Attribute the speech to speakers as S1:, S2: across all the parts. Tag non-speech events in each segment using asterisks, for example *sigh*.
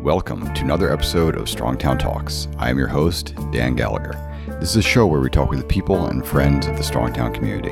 S1: Welcome to another episode of Strongtown Talks. I am your host, Dan Gallagher. This is a show where we talk with the people and friends of the Strongtown community.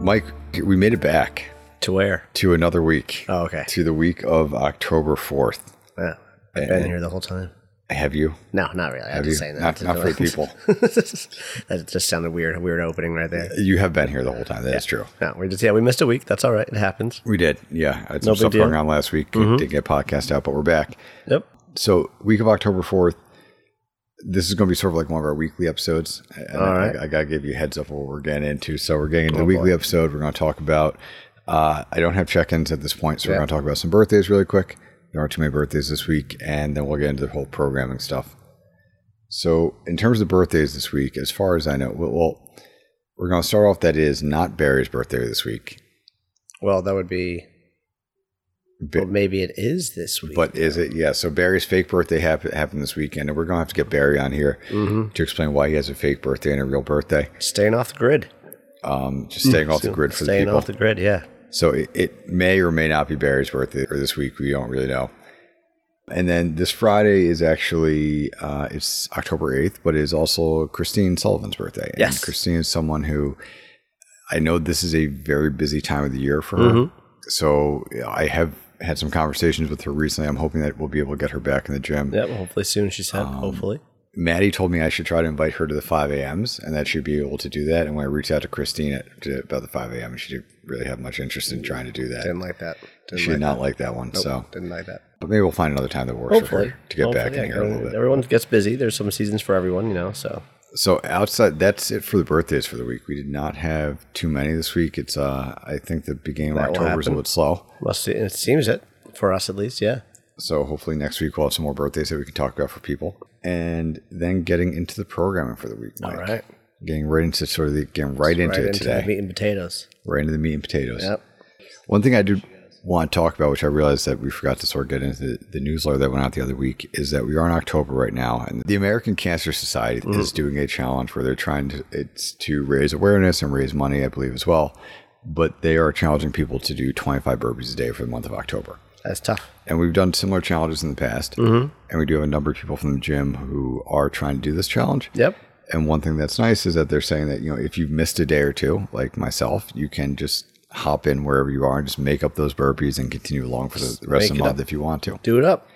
S1: Mike, we made it back
S2: To where?
S1: to another week.
S2: Oh, okay.
S1: To the week of October 4th.
S2: Yeah. I've been here the whole time.
S1: Have you?
S2: No, not really. I'm
S1: Have
S2: just
S1: you?
S2: saying that.
S1: Not-
S2: to-
S1: not for people.
S2: *laughs* that just sounded weird. A weird opening right there.
S1: You have been here the whole time. That's true.
S2: No, we just yeah, we missed a week. That's all right. It happens.
S1: We did. Yeah. I had some
S2: No big
S1: stuff
S2: deal. Mm-hmm.
S1: going on last week. Didn't get a podcast out, but we're back.
S2: Yep.
S1: so week of October fourth. This is going to be sort of like one of our weekly episodes. And I-
S2: right.
S1: I, got to give you a heads up of what we're getting into. So we're getting into the weekly episode. We're going to talk about. Uh, I don't have check-ins at this point, so we're going to talk about some birthdays really quick. There aren't too many birthdays this week, and then we'll get into the whole programming stuff. So in terms of birthdays this week, as far as I know, well, well we're going to start off. That is not Barry's birthday this week,
S2: Well, that would be.
S1: Ba-
S2: well, maybe it is this week.
S1: but is it? Yeah. So Barry's fake birthday happened, happened this weekend, and we're going to have to get Barry on here.
S2: Mhm.
S1: to explain why he has a fake birthday and a real birthday.
S2: staying off the grid.
S1: Um, just staying off the grid for the
S2: Mm, Staying
S1: people.
S2: off the grid. Yeah.
S1: so it, it may or may not be Barry's birthday or this week. We don't really know. And then this Friday is actually uh, it's October eighth, but it is also Christine Sullivan's birthday. And
S2: Yes.
S1: Christine is someone who I know this is a very busy time of the year for her.
S2: Mm-hmm.
S1: So I have had some conversations with her recently. I'm hoping that we'll be able to get her back in the gym.
S2: Yep. Hopefully soon. She
S1: Um,
S2: said. hopefully.
S1: Maddie told me I should try to invite her to the 5 a.m.s and that she'd be able to do that. And when I reached out to Christine at, to, about the 5 a.m., she didn't really have much interest in trying to do that.
S2: Didn't like that. Didn't
S1: she
S2: like
S1: did not like that one. So,
S2: Didn't like that.
S1: but maybe we'll find another time that works
S2: Hopefully.
S1: for her to get back
S2: Hopefully,
S1: in
S2: yeah,
S1: here a little bit.
S2: Everyone gets busy. There's some seasons for everyone, you know. So
S1: So outside, that's it for the birthdays for the week. We did not have too many this week. It's uh, I think the beginning of
S2: That will
S1: October is a
S2: happen.
S1: little bit slow.
S2: must see, it seems it for us at least. Yeah.
S1: So hopefully next week we'll have some more birthdays that we can talk about for people. And then getting into the programming for the week.
S2: All
S1: Mike.
S2: right.
S1: Getting right into sort of the getting right into
S2: right
S1: it
S2: into
S1: today.
S2: the meat and potatoes.
S1: right into the meat and potatoes.
S2: Yep.
S1: One thing I do want to talk about, which I realized that we forgot to sort of get into the, the newsletter that went out the other week, is that we are in October right now, and the American Cancer Society is doing a challenge where they're trying to it's to raise awareness and raise money, I believe, as well. But they are challenging people to do 25 burpees a day for the month of October.
S2: That's tough.
S1: And we've done similar challenges in the past. And we do have a number of people from the gym who are trying to do this challenge.
S2: Yep.
S1: And one thing that's nice is that they're saying that, you know, if you've missed a day or two, like myself, you can just hop in wherever you are and just make up those burpees and continue along for the rest of
S2: make
S1: the
S2: it
S1: month if you want to.
S2: Do it up.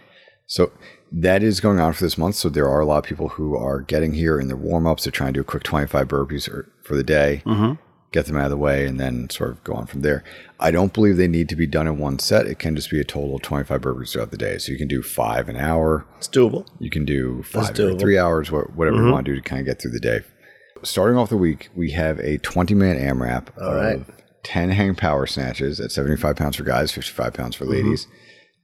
S1: So that is going on for this month. So there are a lot of people who are getting here in their warm ups. They're trying to do a quick 25 burpees or, for the day,
S2: Mm-hmm.
S1: get them out of the way, and then sort of go on from there. I don't believe they need to be done in one set. It can just be a total of 25 burpees throughout the day. So you can do five an hour,
S2: It's doable.
S1: you can do five or
S2: doable. Mm-hmm.
S1: three hours, wha- whatever you want to do to kind of get through the day. Starting off the week, we have a 20 minute AMRAP of
S2: right.
S1: 10 hang power snatches at 75 pounds for guys, 55 pounds for
S2: Mm-hmm.
S1: ladies,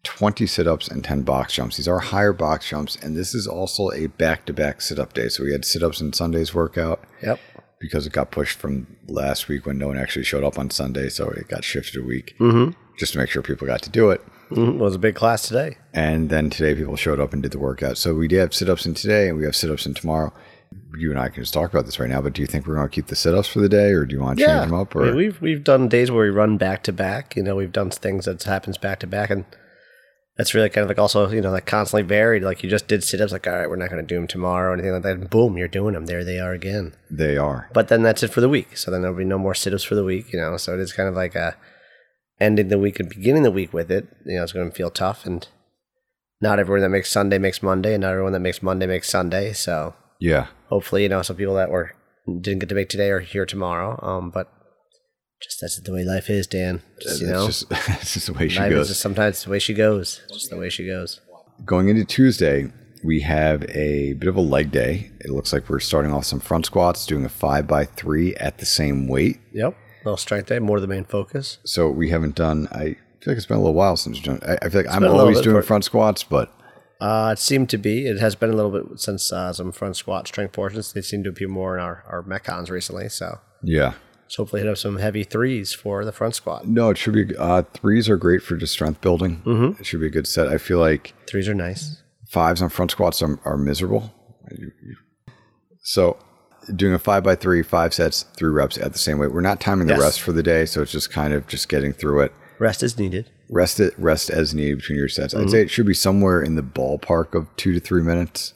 S1: 20 sit ups, and 10 box jumps. These are higher box jumps, and this is also a back to back sit up day. So we had sit ups in Sunday's workout
S2: Yep.
S1: because it got pushed from last week when no one actually showed up on Sunday. So it got shifted a week
S2: Mm-hmm.
S1: just to make sure people got to do it.
S2: Mhm. It was a big class today.
S1: And then today, people showed up and did the workout. So we did have sit ups in today, and we have sit ups in tomorrow. You and I can just talk about this right now. But do you think we're going to keep the sit ups for the day, or do you want to change them up?
S2: I
S1: Or
S2: mean, we've we've done days where we run back to back. You know, we've done things that happens back to back, and that's really kind of like also you know like constantly varied. Like you just did sit ups, like all right, we're not going to do them tomorrow or anything like that. And boom, you're doing them. There they are again.
S1: they are
S2: But then that's it for the week. So then there'll be no more sit ups for the week. You know, so it is kind of like a ending the week and beginning the week with it. You know, it's going to feel tough, and not everyone that makes Sunday makes Monday, and not everyone that makes Monday makes Sunday. So
S1: yeah,
S2: hopefully, you know, some people that were didn't get to make today are here tomorrow. Um, but just that's the way life is, Dan. Just, you
S1: that's
S2: know,
S1: just *laughs* that's just the way she
S2: life
S1: goes.
S2: is just sometimes the way she goes. It's Just the way she goes.
S1: Going into Tuesday, we have a bit of a leg day. It looks like we're starting off some front squats, doing a five by three at the same weight.
S2: Yep. Little strength day, more the main focus.
S1: So we haven't done. I feel like it's been a little while since we've done. I, I feel like I'm
S2: been a little
S1: always
S2: bit
S1: doing
S2: for-
S1: front squats, but
S2: Uh, it seemed to be. It has been a little bit since uh, some front squat strength portions. They seem to appear more in our, our Metcons recently. So
S1: yeah,
S2: let's hopefully hit up some heavy threes for the front squat.
S1: No, it should be. Uh, threes are great for just strength building.
S2: Mm-hmm.
S1: It should be a good set. I feel like
S2: Threes are nice.
S1: fives on front squats are, are miserable. So doing a five by three, five sets, three reps at the same weight. We're not timing the
S2: Yes.
S1: rest for the day, so it's just kind of just getting through it.
S2: Rest is needed.
S1: Rest it, rest as needed between your sets.
S2: Mm-hmm.
S1: I'd say it should be somewhere in the ballpark of two to three minutes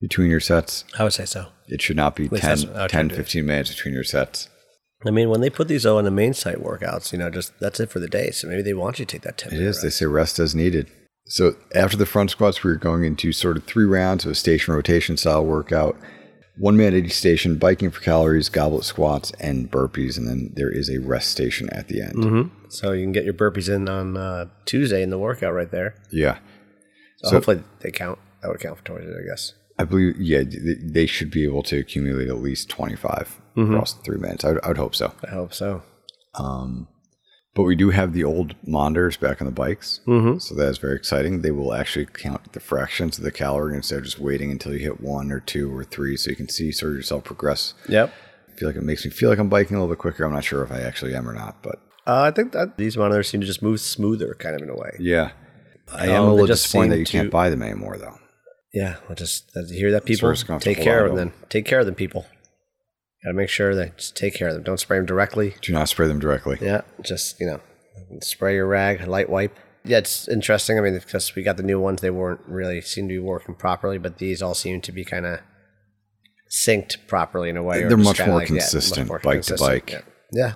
S1: between your sets.
S2: I would say so.
S1: It should not be
S2: least
S1: 10,
S2: that's uh, what I would
S1: 10
S2: do.
S1: 15 minutes between your sets.
S2: I mean, when they put these all on the main site workouts, you know, just that's it for the day. So maybe they want you to take that ten.
S1: It
S2: minute
S1: is. They
S2: rest.
S1: say rest as needed. So after the front squats, we were going into sort of three rounds of a station rotation style workout. One man at each station, biking for calories, goblet squats, and burpees, and then there is a rest station at the end.
S2: So you can get your burpees in on uh, Tuesday in the workout right there.
S1: Yeah,
S2: So,
S1: So-
S2: hopefully they count. That would count for towards it, I guess.
S1: I believe. Yeah, th- they should be able to accumulate at least twenty across the three minutes. I would, I would hope so.
S2: I hope so.
S1: But we do have the old monitors back on the bikes, mm-hmm. so that is very exciting. They will actually count the fractions of the calorie instead of just waiting until you hit one or two or three, so you can see sort of yourself progress
S2: Yep.
S1: feel like it makes me feel like I'm biking a little bit quicker. I'm not sure if I actually am or not, but
S2: Uh, I think that these monitors seem to just move smoother, kind of in a way.
S1: yeah, I am a
S2: Oh, they
S1: little
S2: just
S1: disappointed that
S2: seem
S1: you
S2: to-
S1: can't buy them anymore, though.
S2: Yeah, well, just uh, hear that people
S1: where it's
S2: take
S1: comfortable,
S2: care
S1: I
S2: of them. Take care of them, people. Gotta make sure they just take care of them. Don't spray them directly.
S1: Do not spray them directly.
S2: Yeah, just you know, spray your rag, light wipe. Yeah, it's interesting. I mean, because we got the new ones, they weren't really seem to be working properly, but these all seem to be kind of synced properly in a way. or
S1: They're
S2: just
S1: much
S2: kinda
S1: more
S2: like, yeah, much
S1: consistent,
S2: more
S1: bike to
S2: consistent.
S1: bike.
S2: Yeah. yeah,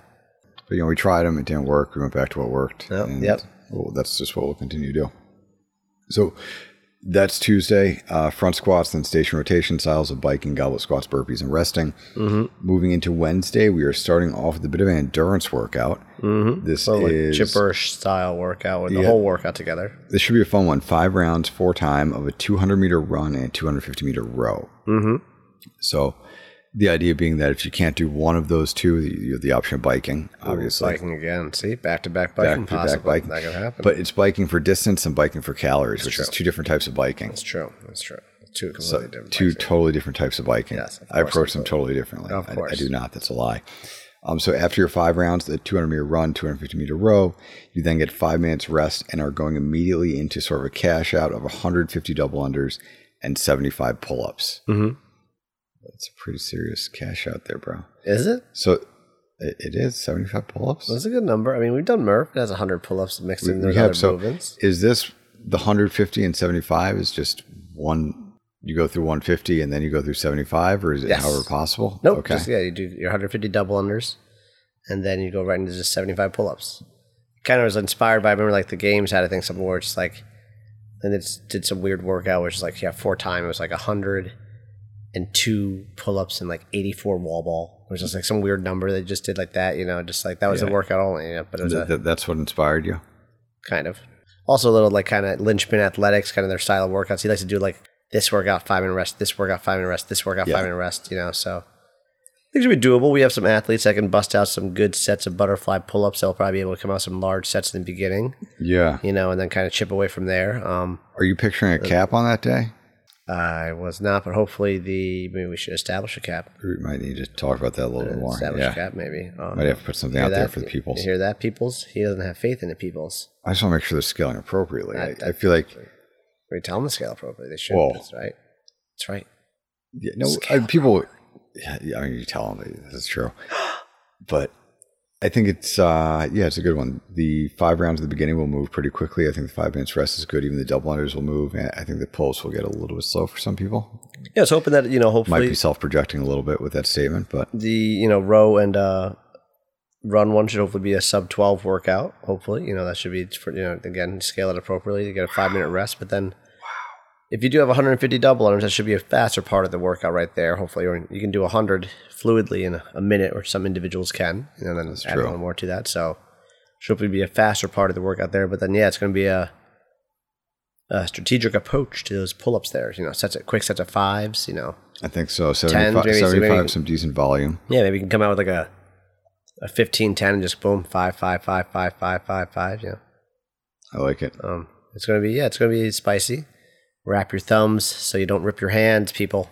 S1: But you know, we tried them; it didn't work. We went back to what worked.
S2: Yep,
S1: and
S2: yep.
S1: well, that's just what we'll continue to do. So that's Tuesday. Uh, front squats, then station rotation styles of biking, goblet squats, burpees, and resting.
S2: Mm-hmm.
S1: Moving into Wednesday, we are starting off with a bit of an endurance workout. This
S2: So, Mm-hmm. Oh, like
S1: is
S2: chipper style workout with
S1: Yeah.
S2: the whole workout together.
S1: This should be a fun one. Five rounds, four time of a 200 meter run and a 250 meter row. Mm-hmm. So the idea being that if you can't do one of those two, you have the option of biking, obviously.
S2: Biking again. See, back to back biking.
S1: Back-to-back
S2: possible.
S1: biking.
S2: That could happen.
S1: But it's biking for distance and biking for calories, which is two different types of biking.
S2: That's true. That's true. Two completely different.
S1: Two totally different types of biking.
S2: Yes, of
S1: I approach them totally differently.
S2: Of
S1: I- I,
S2: course.
S1: do not. That's a lie. Um, so after your five rounds, the 200 meter run, 250 meter row, you then get five minutes rest and are going immediately into sort of a cash out of 150 double unders and 75 pull ups.
S2: Mhm.
S1: That's a pretty serious cash out there, bro.
S2: Is it?
S1: So it, it is 75 pull ups.
S2: That's a good number. I mean, we've done Murph. It has 100 pull ups mixed in
S1: we
S2: with
S1: have,
S2: other
S1: so-
S2: movements.
S1: Is this the 150 and 75 is just one? You go through 150 and then you go through 75, or is it
S2: Yes.
S1: however possible?
S2: Nope.
S1: Okay.
S2: Just, yeah, you do your 150 double unders, and then you go right into just 75 pull ups. Kind of was inspired by, I remember like the games had, I think, something where it's just like, and it did some weird workout, which is like, yeah, four time. It was like 102 pull ups and like 84 wall ball. It was just like some weird number they just did like that, you know, just like that was the
S1: Yeah.
S2: workout only, you know, but it was a,
S1: Th- th- that's what inspired you.
S2: kind of. Also, a little like kind of linchpin athletics, kind of their style of workouts. He likes to do like this workout, five minute rest, this workout, five minute rest, this workout,
S1: Yeah.
S2: five minute rest, you know. So, things should be doable. We have some athletes that can bust out some good sets of butterfly pull ups. They'll probably be able to come out some large sets in the beginning,
S1: Yeah.
S2: you know, and then kind of chip away from there. Um,
S1: Are you picturing a cap on that day?
S2: I was not, but hopefully, the maybe we should establish a cap.
S1: We might need to talk about that a little bit more.
S2: Establish
S1: Yeah.
S2: a Uh, cap, maybe. Um,
S1: Might have to put something out there for the peoples.
S2: You hear that, peoples? He doesn't have faith in the peoples.
S1: I just want to make sure they're scaling appropriately. I,
S2: That-
S1: I feel like
S2: We tell them to scale appropriately. They should.
S1: Well-
S2: That's right. That's right.
S1: yeah, no I, people. Yeah, yeah, I mean, you tell them that's true, but I think it's uh, yeah, it's a good one. The five rounds at the beginning will move pretty quickly. I think the five minutes rest is good. Even the double unders will move. And I think the pulls will get a little bit slow for some people.
S2: Yeah, I was hoping that you know,
S1: Might
S2: hopefully,
S1: be self projecting a little bit with that statement, but
S2: the you know row and uh, run one should hopefully be a sub twelve workout. Hopefully, you know that should be for you know again scale it appropriately. You get a five minute rest, but then if you do have 150 double unders, that should be a faster part of the workout right there. Hopefully, or you can do 100 fluidly in a, a minute, or some individuals can, you know, and then add
S1: true.
S2: one more to that. So should hopefully be a faster part of the workout there. But then yeah, it's going to be a a strategic approach to those pull-ups there, you know, sets of quick sets of fives, you know,
S1: I think so. 75,
S2: 75 maybe, so maybe- 75,
S1: some decent volume.
S2: Yeah, maybe we can come out with like a a 15, 10 and just boom, five, five, five, five, five, five, five. Yeah.
S1: I like it.
S2: Um, it's gonna be yeah, it's gonna be spicy. Wrap your thumbs so you don't rip your hands, people.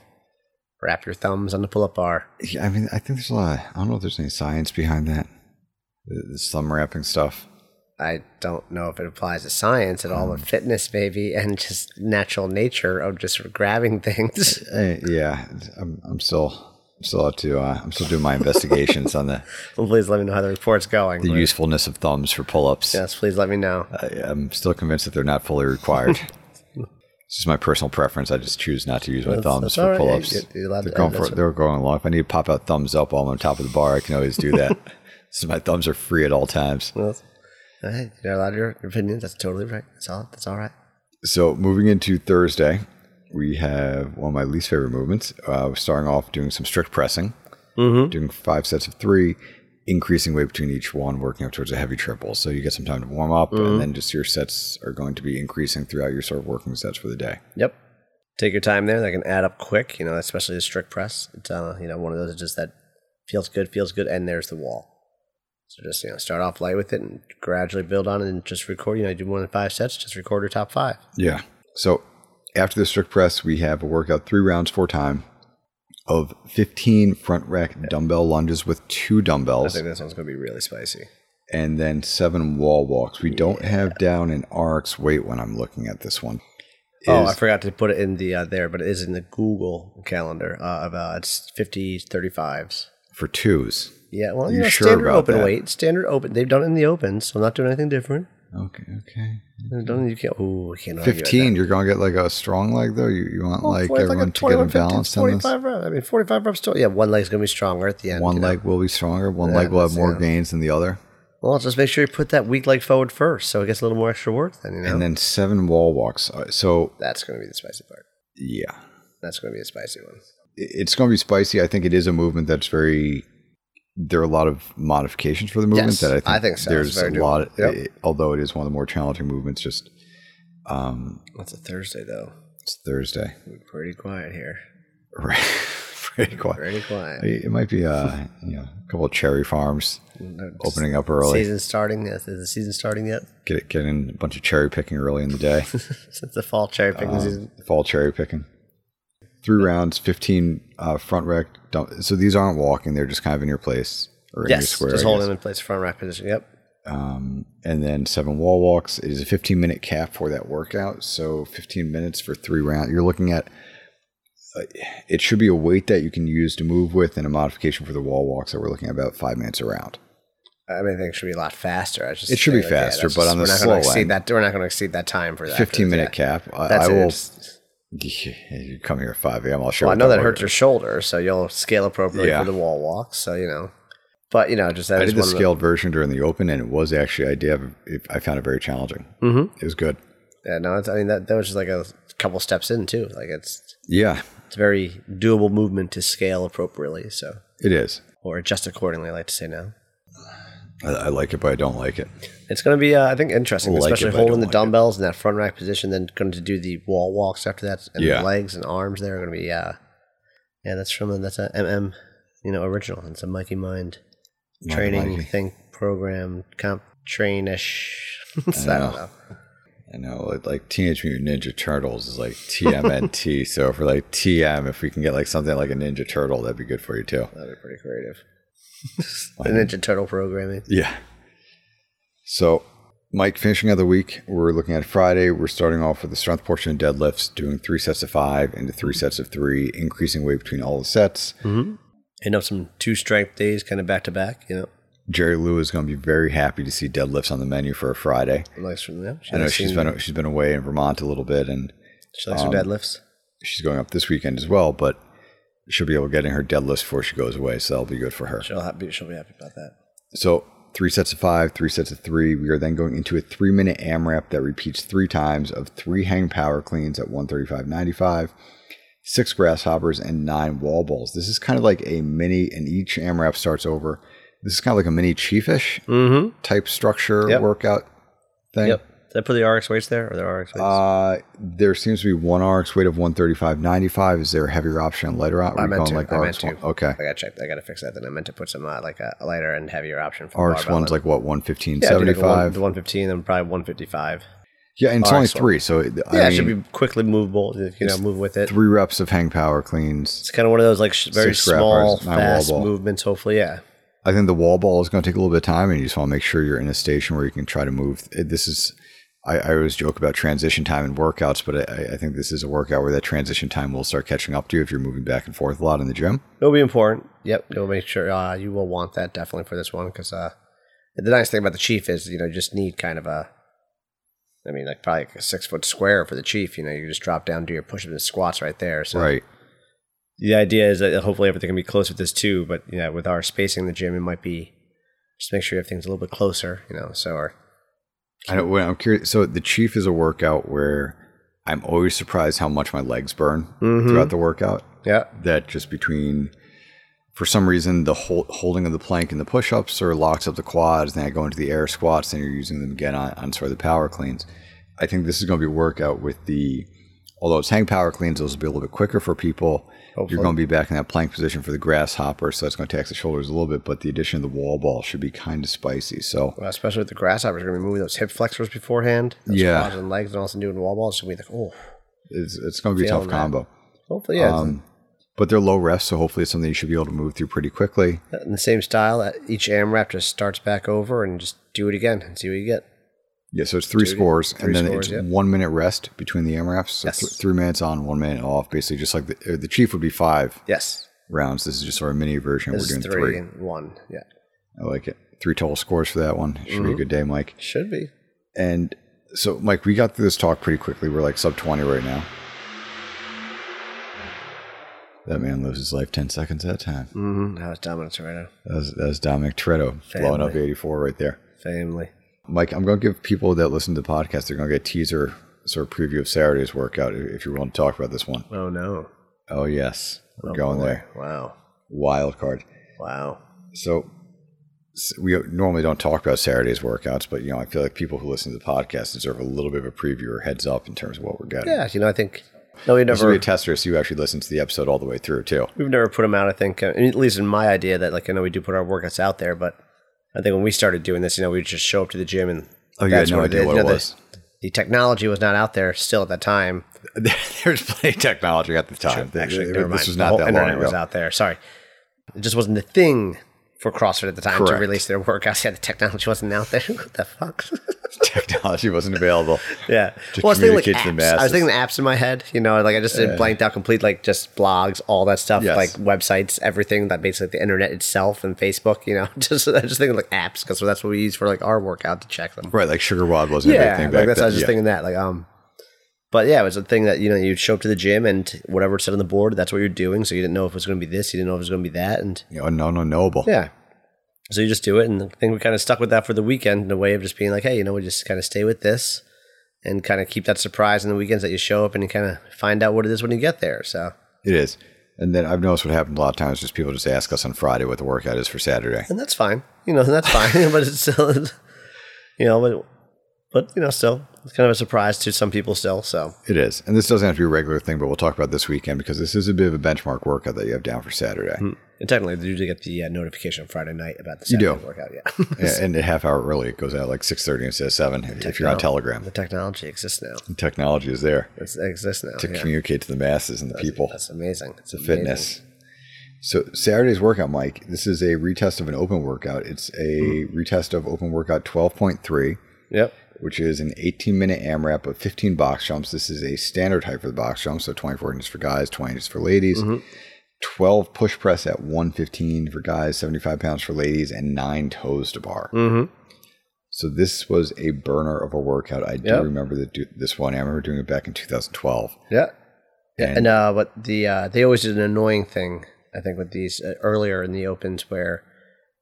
S2: Wrap your thumbs on the pull-up bar.
S1: Yeah, I mean, I think there's a lot. I don't know if there's any science behind that. The, the thumb wrapping stuff.
S2: I don't know if it applies to science at all, but fitness, baby, and just natural nature of just grabbing *laughs* things.
S1: Eh, yeah, I'm, I'm still still have to. Uh, I'm still doing my investigations on the
S2: Well, please let me know how the report's going. *laughs*
S1: the
S2: but-
S1: usefulness of thumbs for pull-ups.
S2: yes, please let me know.
S1: I, I'm still convinced that they're not fully
S2: *laughs*
S1: required. This is my personal preference. I just choose not to use my thumbs
S2: that's
S1: for
S2: all right.
S1: pull-ups.
S2: You- you're allowed
S1: they're
S2: to-
S1: going
S2: that's
S1: for, they're going along. If I need to pop out thumbs up while I'm on top of the bar, I can always do
S2: *laughs*
S1: that. so my thumbs are free at all times.
S2: Well, hey, you're allowed your your opinions. That's totally right. That's all. That's all right.
S1: So moving into Thursday, we have one of my least favorite movements. Uh, we're starting off doing some strict pressing, doing five sets of three, increasing weight between each one, working up towards a heavy triple. So you get some time to warm up, and then just your sets are going to be increasing throughout your sort of working sets for the day.
S2: Yep. Take your time there. That can add up quick. You know, especially the strict press. It's uh, you know one of those just that feels good, feels good, and there's the wall. So just you know start off light with it and gradually build on it and just record. You know, do more than five sets. Just record your top five.
S1: Yeah. So after the strict press, we have a workout three rounds four time of 15 front rack dumbbell lunges with two
S2: I
S1: dumbbells
S2: think this one's gonna be really spicy.
S1: and then seven wall walks. We don't have down an RX weight when I'm looking at this one.
S2: oh,
S1: Is-
S2: I forgot to put it in the uh, there, but it is in the Google calendar uh, of uh, it's 50s, 35s.
S1: for twos.
S2: Yeah, well,
S1: You
S2: you know,
S1: sure
S2: standard
S1: about
S2: open
S1: that?
S2: weight, standard open. They've done it in the open, so I'm not doing anything different.
S1: Okay, okay.
S2: They've done you can't. Ooh, we can't. argue at that.
S1: 15, you're going to get like a strong leg though? You, you want like
S2: Well, Oh, it's
S1: everyone to
S2: a
S1: get
S2: 21,
S1: them
S2: 15,
S1: balanced on this?
S2: 45 reps. I mean, 45 reps total. Yeah, one leg's going to be stronger at the end.
S1: One
S2: you know.
S1: leg will be stronger, one leg will have more gains than the other.
S2: Well, just make sure you put that weak leg forward first so it gets a little more extra work then, you know?
S1: And then seven wall walks. All right, So,
S2: That's going to be the spicy part.
S1: yeah.
S2: That's going to be the spicy one.
S1: it- it's going to be spicy. I think it is a movement that's very. There are a lot of modifications for the movement
S2: Yes,
S1: that I think,
S2: I think so. It's
S1: there's a
S2: very doable.
S1: lot.
S2: Yep.
S1: it- although it is one of the more challenging movements, just um,
S2: That's a Thursday, though.
S1: it's Thursday,
S2: We're pretty quiet here.
S1: right? *laughs* Pretty quiet.
S2: Pretty quiet.
S1: It might be uh, you know, a couple of cherry farms opening up early,
S2: Season starting. Yes, Is the season starting yet? *laughs*
S1: get getting a bunch of cherry picking early in the day. Um,
S2: Since the fall cherry
S1: Uh,
S2: picking season.
S1: fall cherry picking. Three rounds, fifteen uh, front rack. Dump. So these aren't walking; they're just kind of in your place or in your
S2: Yes,
S1: square.
S2: just
S1: I
S2: hold
S1: guess.
S2: him in place, front rack position. Yep.
S1: um, and then seven wall walks. It is a 15 minute cap for that workout. So 15 minutes for three rounds. You're looking at uh, it should be a weight that you can use to move with and a modification for the wall walks that we're looking at about five minutes around.
S2: I mean, I think it should be a lot faster. I was just
S1: It should be
S2: saying, like, yeah,
S1: faster,
S2: that's
S1: but
S2: just-
S1: on the
S2: we're not gonna
S1: slow
S2: exceed
S1: end.
S2: that. We're not going to exceed that time for that.
S1: 15 minute
S2: yeah.
S1: cap. I,
S2: That's
S1: I
S2: it.
S1: will.
S2: It's-
S1: *laughs* You come here at 5 a.m. I'll show
S2: Well, I
S1: what
S2: know that
S1: workout-
S2: hurts your shoulder, so you'll scale appropriately
S1: Yeah.
S2: for the wall walk. So you know, but you know, just that
S1: I
S2: is
S1: did the
S2: one of
S1: scaled version during the open, and it was actually I did have, it, I found it very challenging. Mm-hmm. It was good.
S2: yeah, no, it's, I mean that that was just like a couple steps in too. Like it's
S1: Yeah,
S2: it's a very doable movement to scale appropriately, so
S1: it is.
S2: or adjust accordingly. I like to say now,
S1: I, I like it, but I don't like it.
S2: it's going to be uh, I think interesting,
S1: Like it,
S2: especially
S1: but I don't
S2: holding the
S1: like it.
S2: dumbbells in that front rack position, then going to do the wall walks after that, and
S1: Yeah.
S2: the legs and arms there are going to be uh, yeah, that's from that's a MM you know original. It's a Mikey Mind
S1: Not
S2: training
S1: liking.
S2: thing program comp trainish. *laughs* so I
S1: know.
S2: don't know.
S1: I know, like, like Teenage Mutant Ninja Turtles is like TMNT. *laughs* so for like TM, if we can get like something like a Ninja Turtle, that'd be good for you too.
S2: That'd be
S1: *laughs*
S2: pretty creative. the Ninja Turtle programming.
S1: Yeah. So, Mike, finishing out the week, we're looking at Friday. We're starting off with the strength portion of deadlifts, doing three sets of five into three sets of three, increasing weight between all the sets.
S2: End up some two strength days kind of back to back, you know.
S1: Jerry Lou is going to be very happy to see deadlifts on the menu for a Friday.
S2: Legs from them. She
S1: I know
S2: likes,
S1: she's
S2: seeing-
S1: been she's been away in Vermont a little bit, and
S2: she likes her deadlifts.
S1: she's going up this weekend as well. But she'll be able to get in her deadlifts before she goes away, so that'll be good for her.
S2: She'll happy she'll be happy about that.
S1: So three sets of five, three sets of three. We are then going into a three minute AMRAP that repeats three times of three hang power cleans at 135.95, six grasshoppers, and nine wall balls. This is kind of like a mini, and each AMRAP starts over. This is kind of like a mini chiefish type structure
S2: Mm-hmm. Yep.
S1: workout thing.
S2: Yep. Did I put the RX weights there or the RX weights?
S1: Uh, there seems to be one RX weight of 135.95. Is there a heavier option and lighter option?
S2: I meant to. I meant
S1: Oh, RX
S2: to.
S1: one? Okay.
S2: I gotta check. I gotta fix that. Then I meant to put some uh, like a a lighter and heavier option for
S1: RX
S2: the barbell.
S1: one's like what, 115.75?
S2: Yeah,
S1: Yeah,
S2: do like a one- the one fifteen, and probably one fifty five.
S1: and it's only
S2: RX one.
S1: three. So, it- I
S2: Yeah,
S1: mean,
S2: it should be quickly movable. You know, move with it.
S1: three reps of hang power cleans.
S2: It's kind of one of those like sh- very
S1: Six grab
S2: small,
S1: bars, nine wall
S2: fast
S1: ball.
S2: movements. Hopefully, yeah.
S1: I think the wall ball is going to take a little bit of time, and you just want to make sure you're in a station where you can try to move. This is I, I always joke about transition time and workouts, but I, I think this is a workout where that transition time will start catching up to you if you're moving back and forth a lot in the gym.
S2: It'll be important. Yep, you'll make sure uh, you will want that definitely for this one because uh, the nice thing about the chief is you know you just need kind of a, I mean like probably like a six foot square for the chief. You know you can just drop down, do your push ups and squats right there. So
S1: Right.
S2: the idea is that hopefully everything can be close with this too. But you know with our spacing in the gym, it might be just make sure everything's a little bit closer. You know so or
S1: I know, well, I'm curious. So the chief is a workout where I'm always surprised how much my legs burn throughout the workout.
S2: yeah
S1: That just between, for some reason, the hol- holding of the plank and the push-ups or locks up the quads, then I go into the air squats, and you're using them again on, on sort of the power cleans. I think this is going to be a workout with the, although it's hang power cleans, those will be a little bit quicker for people. You're going to be back in that plank position for the grasshopper, so that's going to tax the shoulders a little bit. But the addition of the wall ball should be kind of spicy. So
S2: Well, especially with the grasshoppers, going to be moving those hip flexors beforehand, those
S1: Yeah.
S2: quads and legs, and also doing wall balls. So we like, oh,
S1: it's, it's going to be a
S2: Feel
S1: tough
S2: that.
S1: combo.
S2: hopefully, yeah,
S1: Um, but they're low rest, so hopefully it's something you should be able to move through pretty quickly.
S2: in the same style. uh, Each AMRAP just starts back over and just do it again and see what you get.
S1: Yeah, so it's three scores, and then it's
S2: scores, yeah.
S1: one minute rest between the AMRAPs. So
S2: Yes.
S1: th- three minutes on, one minute off, basically just like the, uh, the Chief would be five
S2: Yes,
S1: rounds. This is just sort of a mini version.
S2: this
S1: We're
S2: is
S1: doing
S2: three,
S1: three.
S2: and one. Yeah,
S1: I like it. Three total scores for that one. Should be
S2: Mm-hmm.
S1: a good day, Mike.
S2: should be.
S1: And so, Mike, we got through this talk pretty quickly. We're like sub 20 right now. That man lives his life 10 seconds at a time.
S2: Mm-hmm. Now it's dominance right now.
S1: That was, that was Dominic Toretto blowing up 84 right there.
S2: Family.
S1: Mike, I'm going to give people that listen to the podcast, they're going to get a teaser sort of preview of Saturday's workout if if you're willing to talk about this one.
S2: Oh no.
S1: Oh, yes. We're
S2: Oh,
S1: going
S2: boy.
S1: there.
S2: Wow.
S1: Wild card.
S2: Wow.
S1: So s- we normally don't talk about Saturday's workouts, but, you know, I feel like people who listen to the podcast deserve a little bit of a preview or heads up in terms of what we're getting.
S2: Yeah, you know, I think no, we
S1: This will
S2: never
S1: be a tester, so you actually listen to the episode all the way through, too.
S2: We've never put them out. I think, uh, at least in my idea, that like I know we do put our workouts out there, but I think when we started doing this, you know, we would just show up to the gym and
S1: Oh, you had no
S2: what
S1: idea
S2: did.
S1: what
S2: You
S1: it
S2: know, the-
S1: *laughs* was.
S2: The, technology was not out there still at that time.
S1: There's plenty of technology at the time.
S2: Actually,
S1: Th-
S2: never mind.
S1: this was
S2: The
S1: not
S2: whole
S1: that *laughs* long
S2: internet
S1: ago.
S2: was out there. Sorry, it just wasn't the thing for CrossFit at the time to
S1: Correct.
S2: release their workouts. *laughs* Yeah, the technology wasn't out there. *laughs* what
S1: *laughs*
S2: the fuck?
S1: Technology wasn't available.
S2: yeah.
S1: To
S2: I was thinking, like,
S1: communicate to the
S2: apps. I was
S1: masses.
S2: thinking apps in my head. You know, like I just blanked out complete like just blogs, all that stuff,
S1: Yes.
S2: like websites, everything that basically the internet itself and Facebook. You know, *laughs* just I just thinking like apps because that's what we use for like our workout to check them.
S1: Right, like Sugar Wad wasn't a big thing back
S2: like that's
S1: then.
S2: I was just
S1: Yeah.
S2: thinking that like um. But yeah, it was a thing that you know you'd show up to the gym and whatever it said on the board, that's what you're doing. So you didn't know if it was going to be this, you didn't know if it was going to be that, and
S1: you know, unknown unknowable.
S2: yeah. So you just do it, and I think we kind of stuck with that for the weekend in a way of just being like, hey, you know, we just kind of stay with this, and kind of keep that surprise in the weekends that you show up and you kind of find out what it is when you get there. So
S1: It is. And then I've noticed what happened a lot of times is people just ask us on Friday what the workout is for
S2: *laughs*
S1: Saturday.
S2: and that's fine, you know, that's fine. *laughs* but it's still, you know, but but you know, still it's kind of a surprise to some people still. So
S1: It is. And this doesn't have to be a regular thing, but we'll talk about this weekend because this is a bit of a benchmark workout that you have down for Saturday.
S2: and technically, they do get the uh, notification Friday night about the
S1: do.
S2: Saturday workout. Yeah, *laughs*
S1: Yeah, and a half hour early. It goes out like 6.30 instead of 7 if, if you're on Telegram.
S2: *laughs* the technology exists now.
S1: The technology is there
S2: It's, it exists now.
S1: to
S2: yeah.
S1: communicate to the masses and the people.
S2: That's amazing. It's a
S1: fitness. So Saturday's workout, Mike, this is a retest of an open workout. It's a
S2: Hmm.
S1: retest of open workout 12.3.
S2: Yep.
S1: which is an 18 minute AMRAP of 15 box jumps. This is a standard height for the box jump, so 24 inches for guys, 20 inches for ladies.
S2: Mm-hmm.
S1: 12 push press at 115 for guys, 75 pounds for ladies, and nine toes to bar.
S2: Mm-hmm.
S1: So this was a burner of a workout. I do
S2: Yep.
S1: remember that do, this one. I remember doing it back in 2012.
S2: Yeah. Yeah,
S1: And-
S2: and, uh, but the uh, they always did an annoying thing. I think with these uh, earlier in the opens where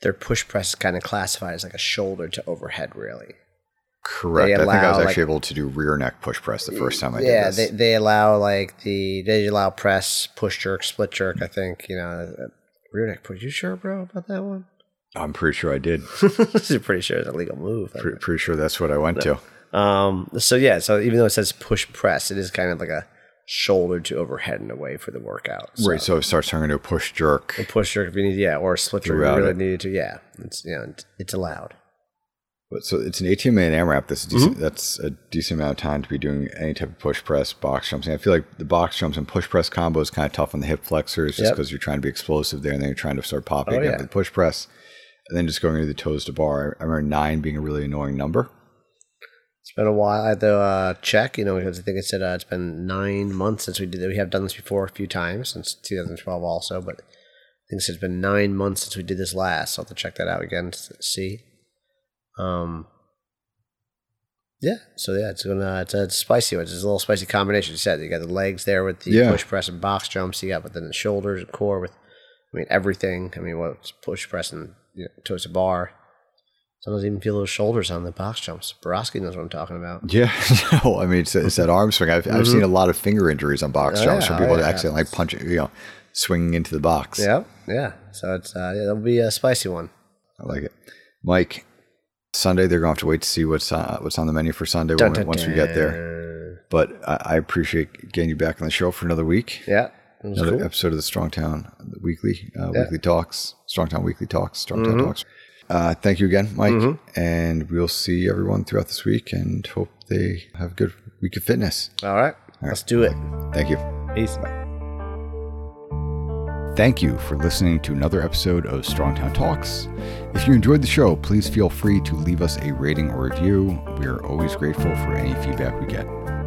S2: their push press is kind of classified as like a shoulder to overhead, really.
S1: Correct. I think I was
S2: allow,
S1: actually
S2: like-
S1: able to do rear neck push press the first time I
S2: yeah,
S1: did this.
S2: they they allow like the they allow press, push jerk, split jerk. I think you know uh, rear neck push. You sure, bro, about that one? *laughs*
S1: I'm pretty sure I did.
S2: I'm pretty sure it's a legal move.
S1: Pre- pretty sure that's what I went to.
S2: Um. So yeah. So even though it says push press, it is kind of like a shoulder to overhead in a way for the workout. So.
S1: Right. So it starts turning into a push jerk.
S2: push jerk if you need, yeah, or a split jerk if
S1: Throughout
S2: you really
S1: it.
S2: needed to, yeah. It's you know, it's- it's allowed.
S1: But so it's an 18 minute AMRAP. That's a
S2: Mm-hmm.
S1: decent, that's a decent amount of time to be doing any type of push press, box jumps. And I feel like the box jumps and push press combo is kind of tough on the hip flexors just
S2: Yep.
S1: because you're trying to be explosive there and then you're trying to start popping
S2: Oh,
S1: up
S2: yeah.
S1: the push press. And then just going into the toes to bar. I remember nine being a really annoying number.
S2: It's been a while. I had to uh, check, you know, because I think it said uh, it's been nine months since we did that. We have done this before a few times since 2012, also, but I think it's been nine months since we did this last. So I'll have to check that out again to see. Um, yeah, so yeah, it's gonna it's a spicy one. It's a little spicy combination. You said you got the legs there with the
S1: Yeah.
S2: push press and box jumps. You got but then the shoulders, and core with, I mean everything. I mean what's push press and you know, towards bar. Sometimes even feel those shoulders on the box jumps. Borowski knows what I'm talking
S1: *laughs*
S2: about.
S1: Yeah, no, I mean it's, it's that arm swing. I've, I've seen a lot of finger injuries on box
S2: Mm-hmm. Oh,
S1: jumps
S2: yeah.
S1: from people
S2: Oh,
S1: that
S2: yeah.
S1: accidentally like punch, you know, swinging into the box.
S2: Yeah, yeah. So it's uh, yeah, that'll be a spicy one.
S1: I like it. Mike, Sunday they're going to have to wait to see what's uh, what's on the menu for Sunday when,
S2: Dun, dun,
S1: once we get there.
S2: dun.
S1: But I, I appreciate getting you back on the show for another week,
S2: Yeah, it was
S1: another
S2: cool.
S1: episode of the Strong Town Weekly, uh, Weekly Talks, Strong Town Weekly Talks, Strong
S2: Mm-hmm.
S1: Town Talks. Uh, thank you again, Mike, and we'll see everyone throughout this week, and hope they have a good week of fitness.
S2: All right, let's do it.
S1: Thank you.
S2: Peace.
S1: Thank you for listening to another episode of Strongtown Talks. If you enjoyed the show, please feel free to leave us a rating or review. We are always grateful for any feedback we get.